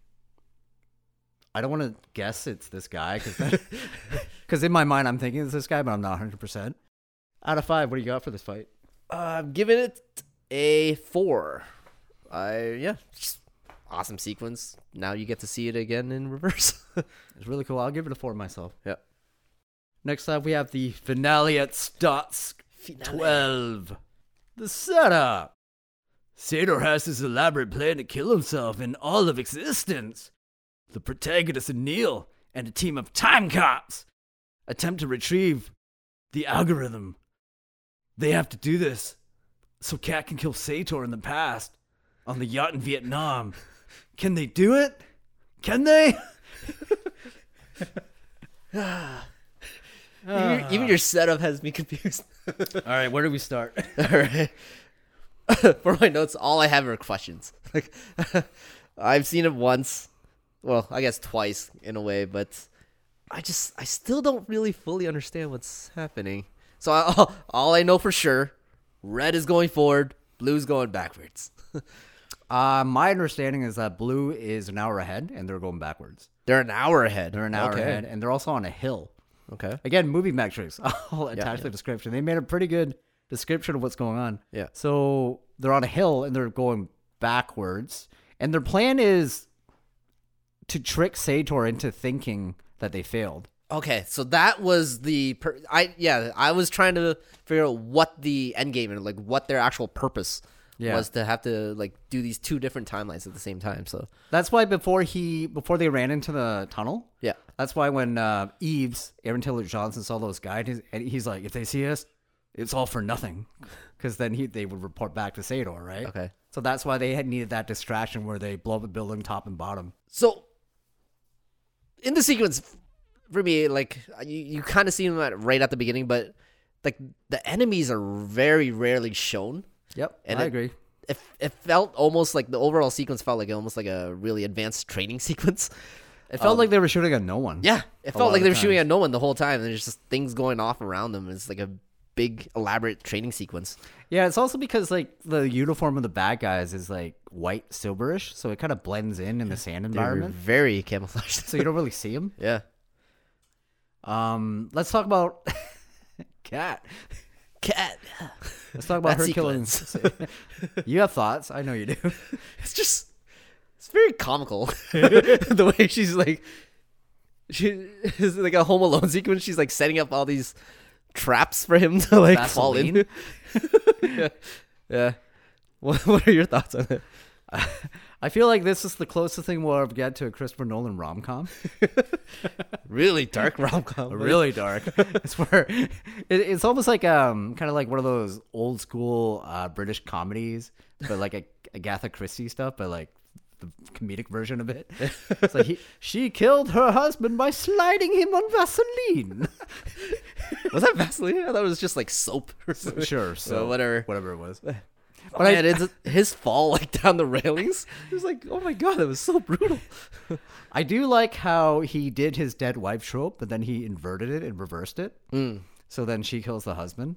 S2: I don't want to guess it's this guy because in my mind I'm thinking it's this guy, but I'm not 100. percent Out of five, what do you got for this fight?
S1: Uh, I'm giving it a four. I yeah, just awesome sequence. Now you get to see it again in reverse.
S2: It's really cool. I'll give it a four myself.
S1: yeah.
S2: Next up, we have the finale at Stotsk 12. The setup. Sador has his elaborate plan to kill himself in all of existence. The protagonist and Neil and a team of time cops attempt to retrieve the algorithm. They have to do this so Cat can kill Sator in the past on the yacht in Vietnam. Can they do it? Can they?
S1: even, even your setup has me confused.
S2: All right, where do we start?
S1: all right. For my notes, all I have are questions. Like, I've seen it once. Well, I guess twice in a way, but I just I still don't really fully understand what's happening. So I, all, all I know for sure, red is going forward, blue's going backwards.
S2: Uh, my understanding is that blue is an hour ahead and they're going backwards.
S1: They're an hour ahead.
S2: They're an hour
S1: Okay.
S2: ahead and they're also on a hill.
S1: Okay.
S2: Again, movie metrics. I'll attach the description. They made a pretty good description of what's going on.
S1: Yeah.
S2: So they're on a hill and they're going backwards. And their plan is to trick Sator into thinking that they failed.
S1: Okay, so that was the per- I yeah, I was trying to figure out what the end game and like what their actual purpose
S2: Yeah.
S1: was to have to like do these two different timelines at the same time. So
S2: That's why before he before they ran into the tunnel.
S1: Yeah.
S2: That's why when uh, Eves Aaron Taylor Johnson saw those guys, he's, and he's like, if they see us, it's all for nothing, because then he they would report back to Sador, right?
S1: okay,
S2: So that's why they had needed that distraction where they blow up a building top and bottom.
S1: so in the sequence for me, like you, you kind of see them at, right at the beginning, but like the enemies are very rarely shown.
S2: Yep,
S1: And
S2: I
S1: it-
S2: agree.
S1: It, it felt almost like the overall sequence felt like almost like a really advanced training sequence.
S2: It felt like they were shooting at no one.
S1: um, Yeah, it
S2: lot
S1: felt like
S2: of
S1: they were
S2: times.
S1: shooting at no one the whole time. And there's just things going off around them. It's like a big elaborate training sequence.
S2: yeah. It's also because like the uniform of the bad guys is like white silverish, so it kind of blends in in the sand
S1: They were
S2: environment,
S1: very camouflaged.
S2: so you don't really see them.
S1: yeah.
S2: Um, let's talk about Cat.
S1: Cat.
S2: Let's talk about
S1: That
S2: her killing. you have thoughts. I know you do.
S1: It's just it's very comical. the way she's like she is like a home alone sequence. She's like setting up all these traps for him to like fall
S2: Vaseline?
S1: into. yeah. yeah. What, what are your thoughts on it?
S2: I feel like this is the closest thing we'll ever get to a Christopher Nolan rom com.
S1: Really dark rom com.
S2: really dark. it's where it, it's almost like um kind of like one of those old school uh, British comedies, but like a Agatha Christie stuff, but like the comedic version of it. It's like he, she killed her husband by sliding him on Vaseline.
S1: Was that Vaseline? I thought it was just like soap or something.
S2: sure, so
S1: So whatever.
S2: whatever it was.
S1: But Man, it's his fall like down the railings. It was like, oh my god, that was so brutal.
S2: I do like how he did his dead wife trope, but then he inverted it and reversed it. So then she kills the husband.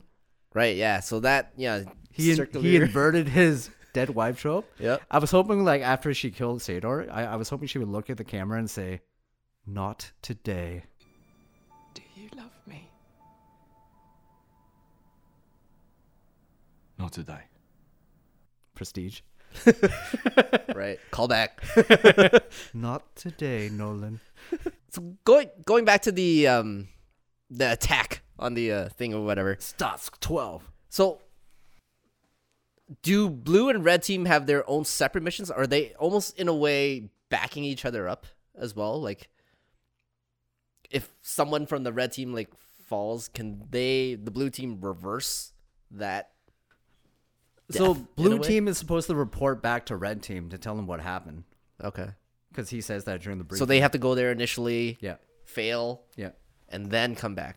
S1: Right? Yeah. So that yeah,
S2: He in- he
S1: circular-
S2: inverted his dead wife trope.
S1: Yep.
S2: I was hoping like after she killed Sador, I, I was hoping she would look at the camera and say, "Not today."
S3: Do you love me?
S4: Not today.
S2: Prestige.
S1: right. Call back.
S2: Not today, Nolan.
S1: So going going back to the um the attack on the uh, thing or whatever.
S2: Starts twelve.
S1: So do blue and red team have their own separate missions? Are they almost in a way backing each other up as well? Like if someone from the red team like falls, can they the blue team reverse that?
S2: so
S1: Death, in a
S2: blue
S1: way.
S2: team is supposed to report back to red team to tell them what happened
S1: Okay.
S2: because he says that during the brief.
S1: So they have to go there initially,
S2: yeah
S1: fail,
S2: yeah
S1: and then come back.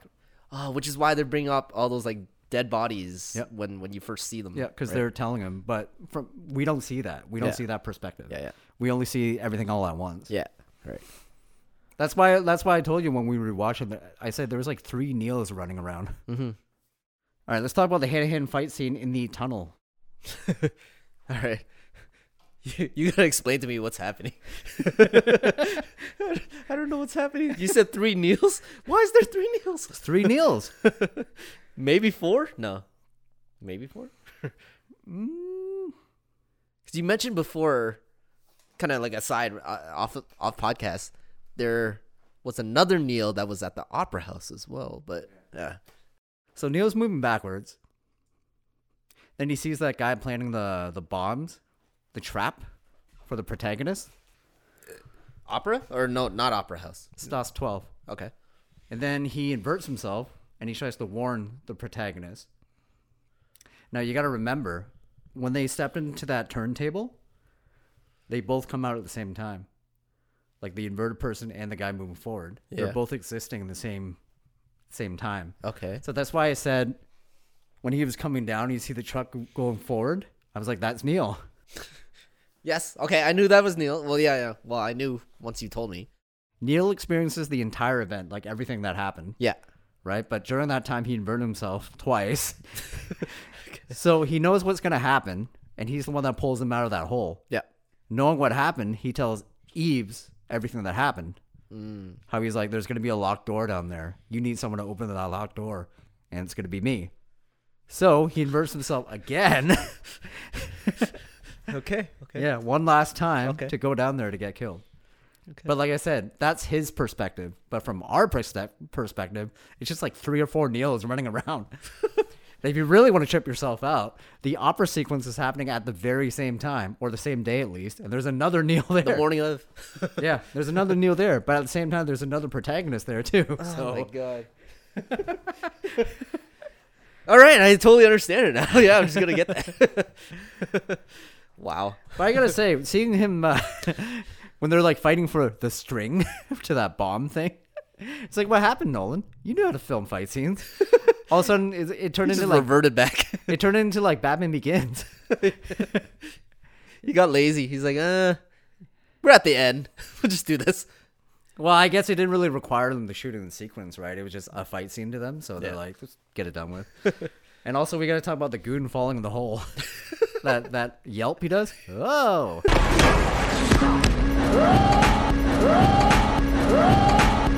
S1: Oh, which is why they're bringing up all those like dead bodies
S2: Yep.
S1: when when you first see them.
S2: yeah because
S1: right?
S2: they're telling him, but from we don't see that. We don't
S1: Yeah.
S2: see that perspective.
S1: Yeah, yeah.
S2: We only see everything all at once.
S1: yeah, right.
S2: That's why. That's why I told you when we were watching. That I said there was like three Neils running around. Mm-hmm. right, let's talk about the hand-to-hand fight scene in the tunnel.
S1: All right. You, you gotta explain to me what's happening. I don't know what's happening. You said three Neils? Why is there three Neils?
S2: Three Neils.
S1: Maybe four? No. Maybe four? Because you mentioned before, kind of like aside uh, off off podcast, there was another Neil that was at the Opera House as well. But uh, yeah,
S2: so Neil's moving backwards. Then he sees that guy planting the the bombs, the trap for the protagonist.
S1: opera or no, not Opera House.
S2: Stas twelve,
S1: Okay.
S2: and then he inverts himself and he tries to warn the protagonist. Now you got to remember, when they stepped into that turntable, they both come out at the same time. Like the inverted person and the guy moving forward,
S1: Yeah.
S2: they're both existing in the same same time.
S1: Okay.
S2: So that's why I said when he was coming down, you see the truck going forward. I was like, "That's Neil."
S1: Yes. Okay. I knew that was Neil. Well, yeah, yeah. Well, I knew once you told me.
S2: Neil experiences the entire event, like everything that happened.
S1: Yeah.
S2: right? But during that time, he inverted himself twice. so he knows what's going to happen, and he's the one that pulls him out of that hole.
S1: Yeah.
S2: Knowing what happened, he tells Eves everything that happened. How he's like, there's going to be a locked door down there. You need someone to open that locked door, and it's going to be me. So he inverts himself again.
S1: Okay. Okay.
S2: yeah, one last time
S1: Okay.
S2: to go down there to get killed. But like I said, that's his perspective. But from our perspe- perspective, it's just like three or four Neils running around. If you really want to trip yourself out, the opera sequence is happening at the very same time, or the same day at least, and there's another Neil there.
S1: The morning of.
S2: Yeah, there's another Neil there, but at the same time, there's another protagonist there too.
S1: Oh
S2: so
S1: god. All right, I totally understand it now. Yeah, I'm just gonna get that. wow.
S2: But I gotta say, seeing him uh, when they're like fighting for the string to that bomb thing, it's like, what happened, Nolan? You know how to film fight scenes. All of a sudden, it, it turned
S1: Just
S2: into like
S1: reverted back.
S2: it turned into like Batman Begins.
S1: he got lazy. He's like, uh, we're at the end. We'll just do this.
S2: Well, I guess it didn't really require them to shoot it in sequence, right? It was just a fight scene to them, so they're
S1: Yeah.
S2: like, let's get it done with. and also, we gotta talk about the goon falling in the hole. that that yelp he does. Oh.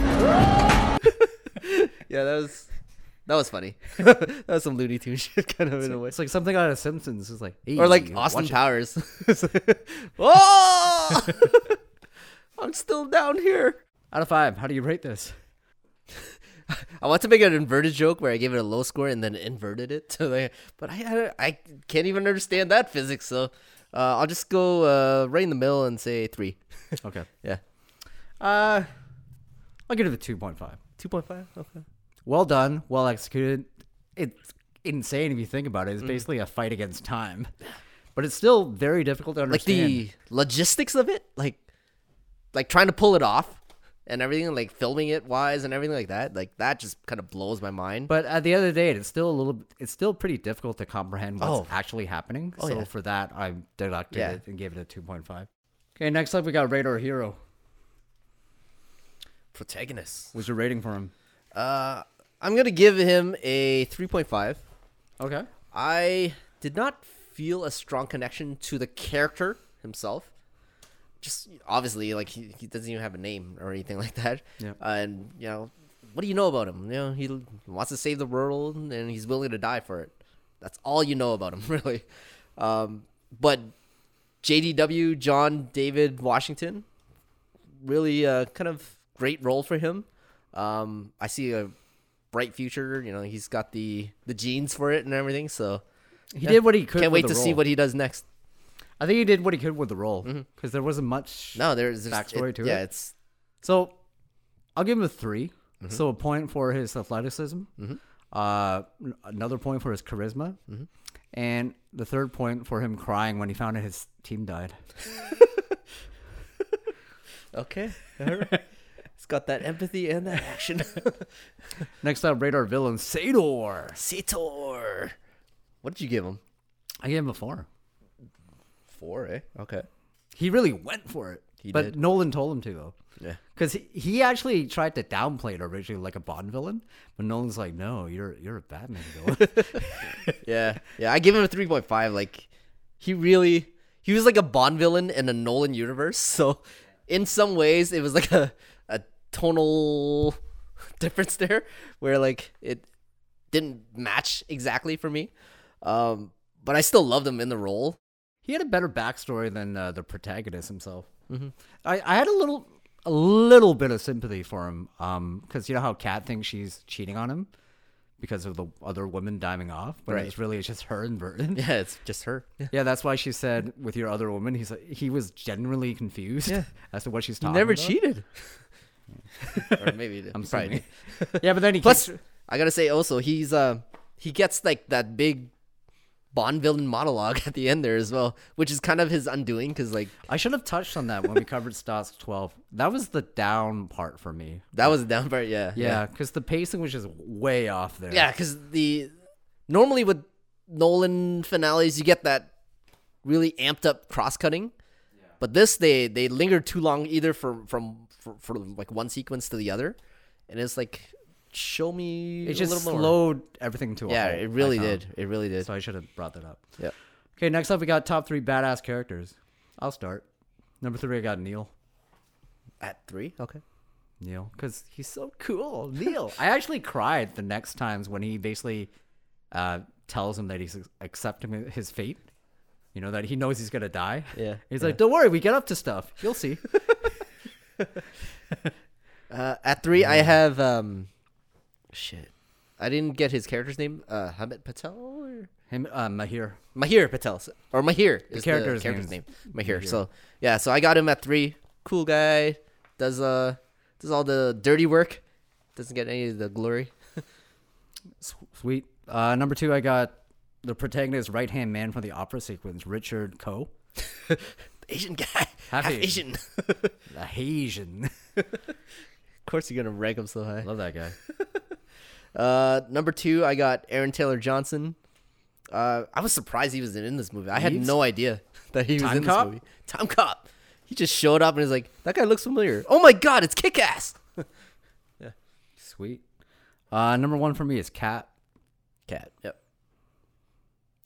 S1: Yeah, that was that was funny. that was some Looney Tune shit, kind of in a way.
S2: It's like something out of Simpsons. It's like,
S1: Or like
S2: "Hey,
S1: Austin
S2: watch it."
S1: Powers. oh, I'm still down here.
S2: Out of five, how do you rate this?
S1: I want to make an inverted joke where I gave it a low score and then inverted it to the, but I, I I can't even understand that physics. So uh, I'll just go uh, right in the middle and say three.
S2: Okay.
S1: Yeah,
S2: Uh, I'll give it a two point five.
S1: two point five. Okay.
S2: Well done, well executed. It's insane if you think about it.
S1: Mm.
S2: It's basically a fight against time, but it's still very difficult to
S1: Like
S2: understand.
S1: the logistics of it, like like trying to pull it off and everything, like filming it wise and everything like that. Like that just kind of blows my mind.
S2: but at the end of the day, it's still a little. It's still pretty difficult to comprehend what's
S1: Oh.
S2: actually happening. so
S1: yeah.
S2: for that, I deducted
S1: Yeah.
S2: it and gave it a two point five. Okay, next up we got Radar Hero.
S1: protagonist.
S2: What's your rating for him?
S1: Uh, I'm gonna give him a three point five.
S2: Okay.
S1: I did not feel a strong connection to the character himself. Just obviously, like he, he doesn't even have a name or anything like that.
S2: Yeah.
S1: and you know, what do you know about him? You know, he l- wants to save the world and he's willing to die for it. That's all you know about him, really. Um, but JDW John David Washington, really uh, kind of great role for him. Um, I see a bright future. You know, he's got the the genes for it and everything. So
S2: He did what he could.
S1: can't
S2: with
S1: wait
S2: the
S1: to see
S2: role.
S1: what Mm-hmm. he does next.
S2: I think he did what he could with the role because there wasn't much.
S1: No, there's just,
S2: Backstory to it?
S1: Yeah, it's
S2: So I'll give him a 3 So a point for his athleticism, uh, n- another point for his charisma, and the third point for him crying when he found out his team died.
S1: okay. it's got that empathy and that action.
S2: Next up, radar villain Sador.
S1: Sator. What did you give him?
S2: I gave him a four.
S1: Four, eh? Okay.
S2: He really went for it,
S1: He
S2: but
S1: did.
S2: Nolan told him to though.
S1: Yeah.
S2: Because he, he actually tried to downplay it originally like a Bond villain, but Nolan's like, no, you're you're a Batman villain.
S1: Yeah. Yeah. I give him a three point five. Like he really he was like a Bond villain in a Nolan universe. So in some ways it was like a a tonal difference there where like it didn't match exactly for me. Um but I still loved him in the role.
S2: He had a better backstory than uh, the protagonist himself.
S1: Mm-hmm.
S2: I, I had a little, a little bit of sympathy for him, because you know how Kat thinks she's cheating on him because of the other woman diming off, but
S1: Right.
S2: it's really it's just her and Burton. Yeah.
S1: Yeah, it's just her. Yeah.
S2: that's why she said with your other woman, he's like, he was genuinely confused
S1: Yeah.
S2: as to what she's talking.
S1: Never
S2: about.
S1: cheated. or maybe I'm
S2: assuming.
S1: sorry.
S2: Yeah, but then he
S1: Plus,
S2: keeps-
S1: I gotta say also he's uh he gets like that big Bond villain monologue at the end there as well, which is kind of his undoing because like
S2: I should have touched on that when we covered Stars Twelve. That was the down part for me.
S1: that was the down part. Yeah,
S2: Yeah, because the pacing was just way off there.
S1: yeah. Because the normally with Nolan finales you get that really amped up cross cutting, but this they they linger too long either from from for, for like one sequence to the other, and it's like show me
S2: it
S1: a
S2: just
S1: little more.
S2: slowed everything to a
S1: Yeah,
S2: halt,
S1: it really
S2: I found.
S1: did. It really did.
S2: So I should have brought that up.
S1: Yeah.
S2: Okay, next up we got top three badass characters. I'll start. Number three, I got Neil.
S1: At three, okay.
S2: Neil, because he's so cool. Neil. I actually cried the next times when he basically uh, tells him that he's accepting his fate. You know that he knows he's gonna die.
S1: Yeah,
S2: He's like, "Don't worry, we get up to stuff. You'll see."
S1: Uh, at three, I have um, shit. I didn't get his character's name. Uh, Hamid Patel or
S2: Him, uh, Mahir.
S1: Mahir Patel s- or Mahir is the character's,
S2: character's
S1: name.
S2: name's
S1: Mahir.
S2: Mahir.
S1: So yeah, so I got him at three. Cool guy. Does uh does all the dirty work. Doesn't get any of the glory.
S2: S- Sweet. Uh, number two, I got the protagonist, right hand man from the opera sequence, Richard Coe.
S1: Asian guy.
S2: Half
S1: Half
S2: Asian.
S1: Asian. of
S2: The Haitian.
S1: course, you're gonna rank him so high.
S2: Love that guy.
S1: Uh, number two, I got Aaron Taylor Johnson. Uh, I was surprised he was in, in this movie. I had
S2: Reeves?
S1: no idea that he was
S2: Time
S1: in
S2: Cop?
S1: this movie. Tom Cop. He just showed up and was like, "That guy looks familiar." Oh my god, it's Kick Ass.
S2: Sweet. Uh, number one for me is Cat.
S1: Cat. Yep.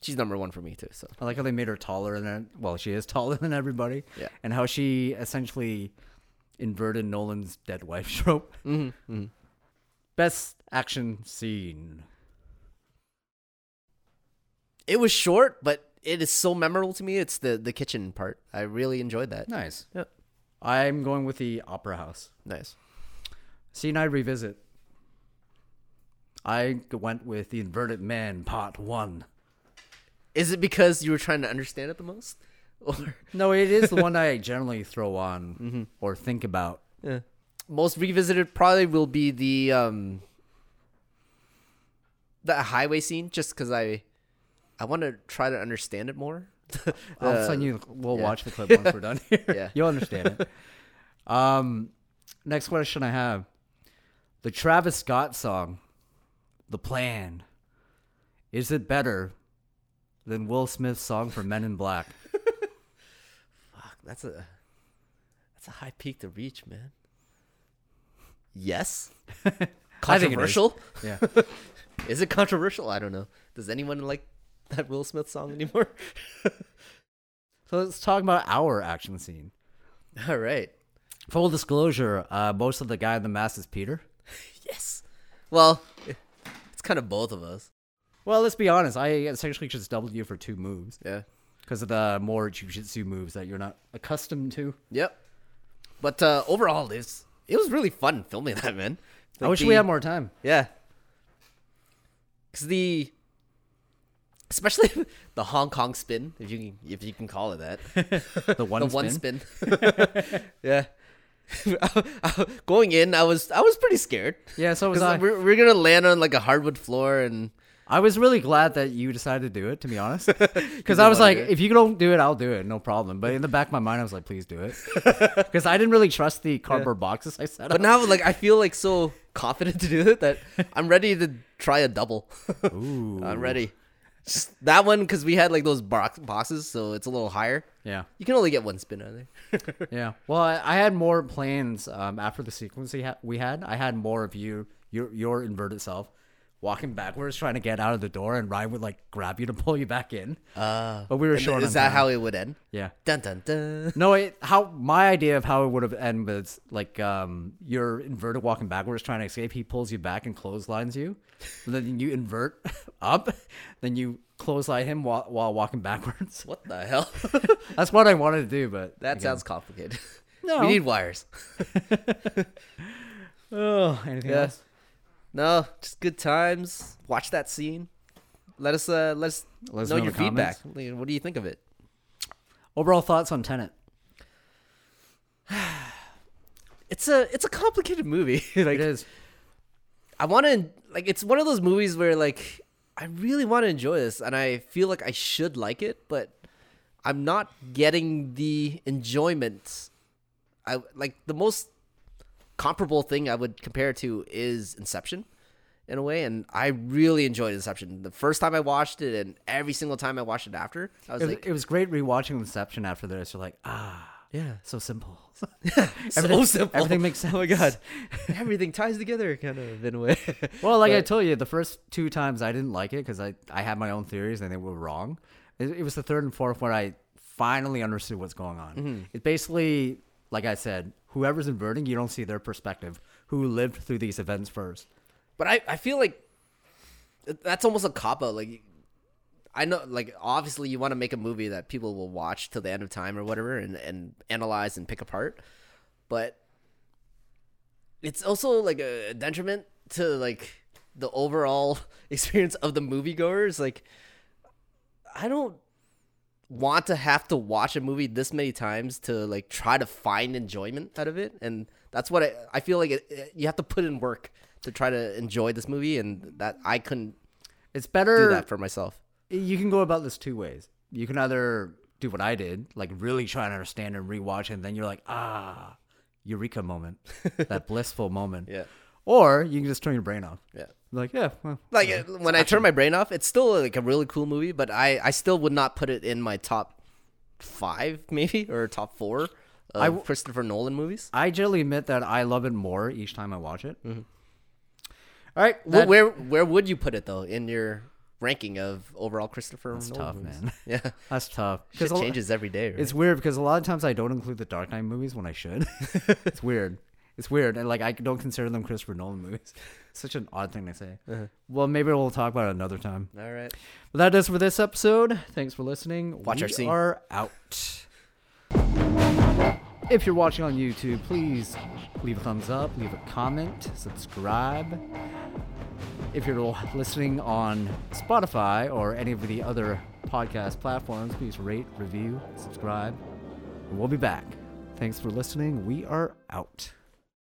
S1: She's number one for me too. So
S2: I like how they made her taller than well, she is taller than everybody.
S1: Yeah.
S2: And how she essentially inverted Nolan's dead wife trope. Mm-hmm. Best action scene.
S1: it was short, but it is so memorable to me. It's the the kitchen part. I really enjoyed that.
S2: Nice.
S1: Yep.
S2: I'm going with the opera house.
S1: Nice.
S2: Scene I revisit. I went with the inverted man part one.
S1: Is it because you were trying to understand it the most, or
S2: No, it is the one I generally throw on or think about.
S1: most revisited probably will be the um the highway scene just because i i want to try to understand it more Uh,
S2: I'll send you. We'll watch the clip once we're done here.
S1: Yeah.
S2: You'll understand it. Um, next question I have: the Travis Scott song, "The Plan." Is it better than Will Smith's song for Men in Black?
S1: Fuck, that's a that's a high peak to reach man yes
S2: I think it is.
S1: controversial
S2: Yeah.
S1: is. it controversial i don't know does anyone like that will smith song anymore
S2: So let's talk about our action scene.
S1: all right
S2: Full disclosure: uh, most of the guy in the mask is Peter.
S1: yes well it's kind of both of us
S2: Well, let's be honest. I essentially just doubled you for two moves
S1: yeah
S2: because of the more jujitsu moves that you're not accustomed to.
S1: yep but uh overall it's it was really fun filming that man
S2: I
S1: Like,
S2: wish
S1: the-
S2: we had more time.
S1: Yeah. Cause the especially the Hong Kong spin, if you can if you can call it that.
S2: The one,
S1: the one spin. yeah. Going in, I was I was pretty scared.
S2: Yeah, so was
S1: 'Cause
S2: I.
S1: We're, we're gonna land on like a hardwood floor and
S2: I was really glad that you decided to do it, to be honest. Because I
S1: didn't
S2: was
S1: wanna
S2: like,
S1: do it?
S2: if you don't do it, I'll do it, no problem. But in the back of my mind, I was like, please do it. Because I didn't really trust the cardboard boxes I set
S1: but
S2: up.
S1: now like I feel like so confident to do it that I'm ready to try a double.
S2: Ooh.
S1: I'm ready. Just that one because we had like those box boxes, so it's a little higher.
S2: Yeah.
S1: You can only get one spin out of there.
S2: Yeah. Well, I, I had more plans um, after the sequence we, ha- we had. I had more of you, your, your inverted self, walking backwards, trying to get out of the door, and Ryan would like grab you to pull you back in. Uh, but we were
S1: And
S2: short
S1: is
S2: on
S1: that
S2: time.
S1: how it would end?
S2: Yeah.
S1: Dun dun dun.
S2: No, it, how my idea of how it would have ended was like um, you're inverted walking backwards trying to escape. He pulls you back and clotheslines you. And then you invert up, then you clothesline him while, while walking backwards.
S1: What the hell?
S2: That's what I wanted to do, but
S1: that sounds complicated.
S2: No.
S1: We need wires.
S2: oh, anything
S1: Yeah.
S2: else?
S1: No, just good times. Watch that scene. Let us uh let us
S2: Let us
S1: know,
S2: know in
S1: your
S2: the comments.
S1: feedback. Like, What do you think of it?
S2: Overall thoughts on Tenet?
S1: It's a it's a complicated movie. like
S2: It is.
S1: I want to like it's one of those movies where like I really want to enjoy this and I feel like I should like it, but I'm not getting the enjoyment. I like the most comparable thing I would compare it to is Inception in a way and I really enjoyed Inception. The first time I watched it and every single time I watched it after, I was
S2: It,
S1: like
S2: it was great rewatching Inception after this. You're like, ah,
S1: yeah,
S2: so simple.
S1: so simple.
S2: Everything makes sense. Oh my god.
S1: everything ties together kind of in a way.
S2: Well, like I
S1: But-
S2: told you, the first two times I didn't like it because I, I had my own theories and they were wrong. It, it was the third and fourth where I finally understood what's going on.
S1: Mm-hmm.
S2: It's basically, like I said, whoever's inverting, you don't see their perspective, who lived through these events first.
S1: But I, I feel like th- that's almost a cop out. Like, I know, like, obviously, you want to make a movie that people will watch till the end of time or whatever and, and analyze and pick apart. But it's also like a detriment to, like, the overall experience of the moviegoer is like I don't want to have to watch a movie this many times to like try to find enjoyment out of it and that's what I, I feel like it, it- you have to put in work to try to enjoy this movie and that I couldn't
S2: It's
S1: do
S2: better
S1: that for myself.
S2: you can go about this two ways. You can either do what I did, like really try and understand and rewatch, and then you're like, ah, eureka moment, that blissful moment.
S1: Yeah.
S2: Or you can just turn your brain off.
S1: Yeah.
S2: Like, yeah, well,
S1: Like uh, when I turn my brain off, it's still like a really cool movie, but I I still would not put it in my top 5 maybe or top 4 of
S2: I w-
S1: Christopher Nolan movies.
S2: I generally admit that I love it more each time I watch it.
S1: Mm-hmm.
S2: All right,
S1: Wh-
S2: that-
S1: where where would you put it though in your ranking of overall Christopher
S2: that's
S1: Nolan
S2: tough,
S1: movies?
S2: man.
S1: Yeah.
S2: That's tough.
S1: Shit
S2: a lo-
S1: changes every day, right?
S2: It's weird because a lot of times I don't include the Dark Knight movies when I should. it's weird. It's weird, and like I don't consider them Christopher Nolan movies. Such an odd thing to say.
S1: Uh-huh.
S2: Well, maybe we'll talk about it another time.
S1: All right.
S2: But that is for this episode. Thanks for listening.
S1: Watch
S2: we
S1: our scene.
S2: are out. If you're watching on YouTube, please leave a thumbs up, leave a comment, subscribe. If you're listening on Spotify or any of the other podcast platforms, please rate, review, subscribe. And we'll be back. Thanks for listening. We are out.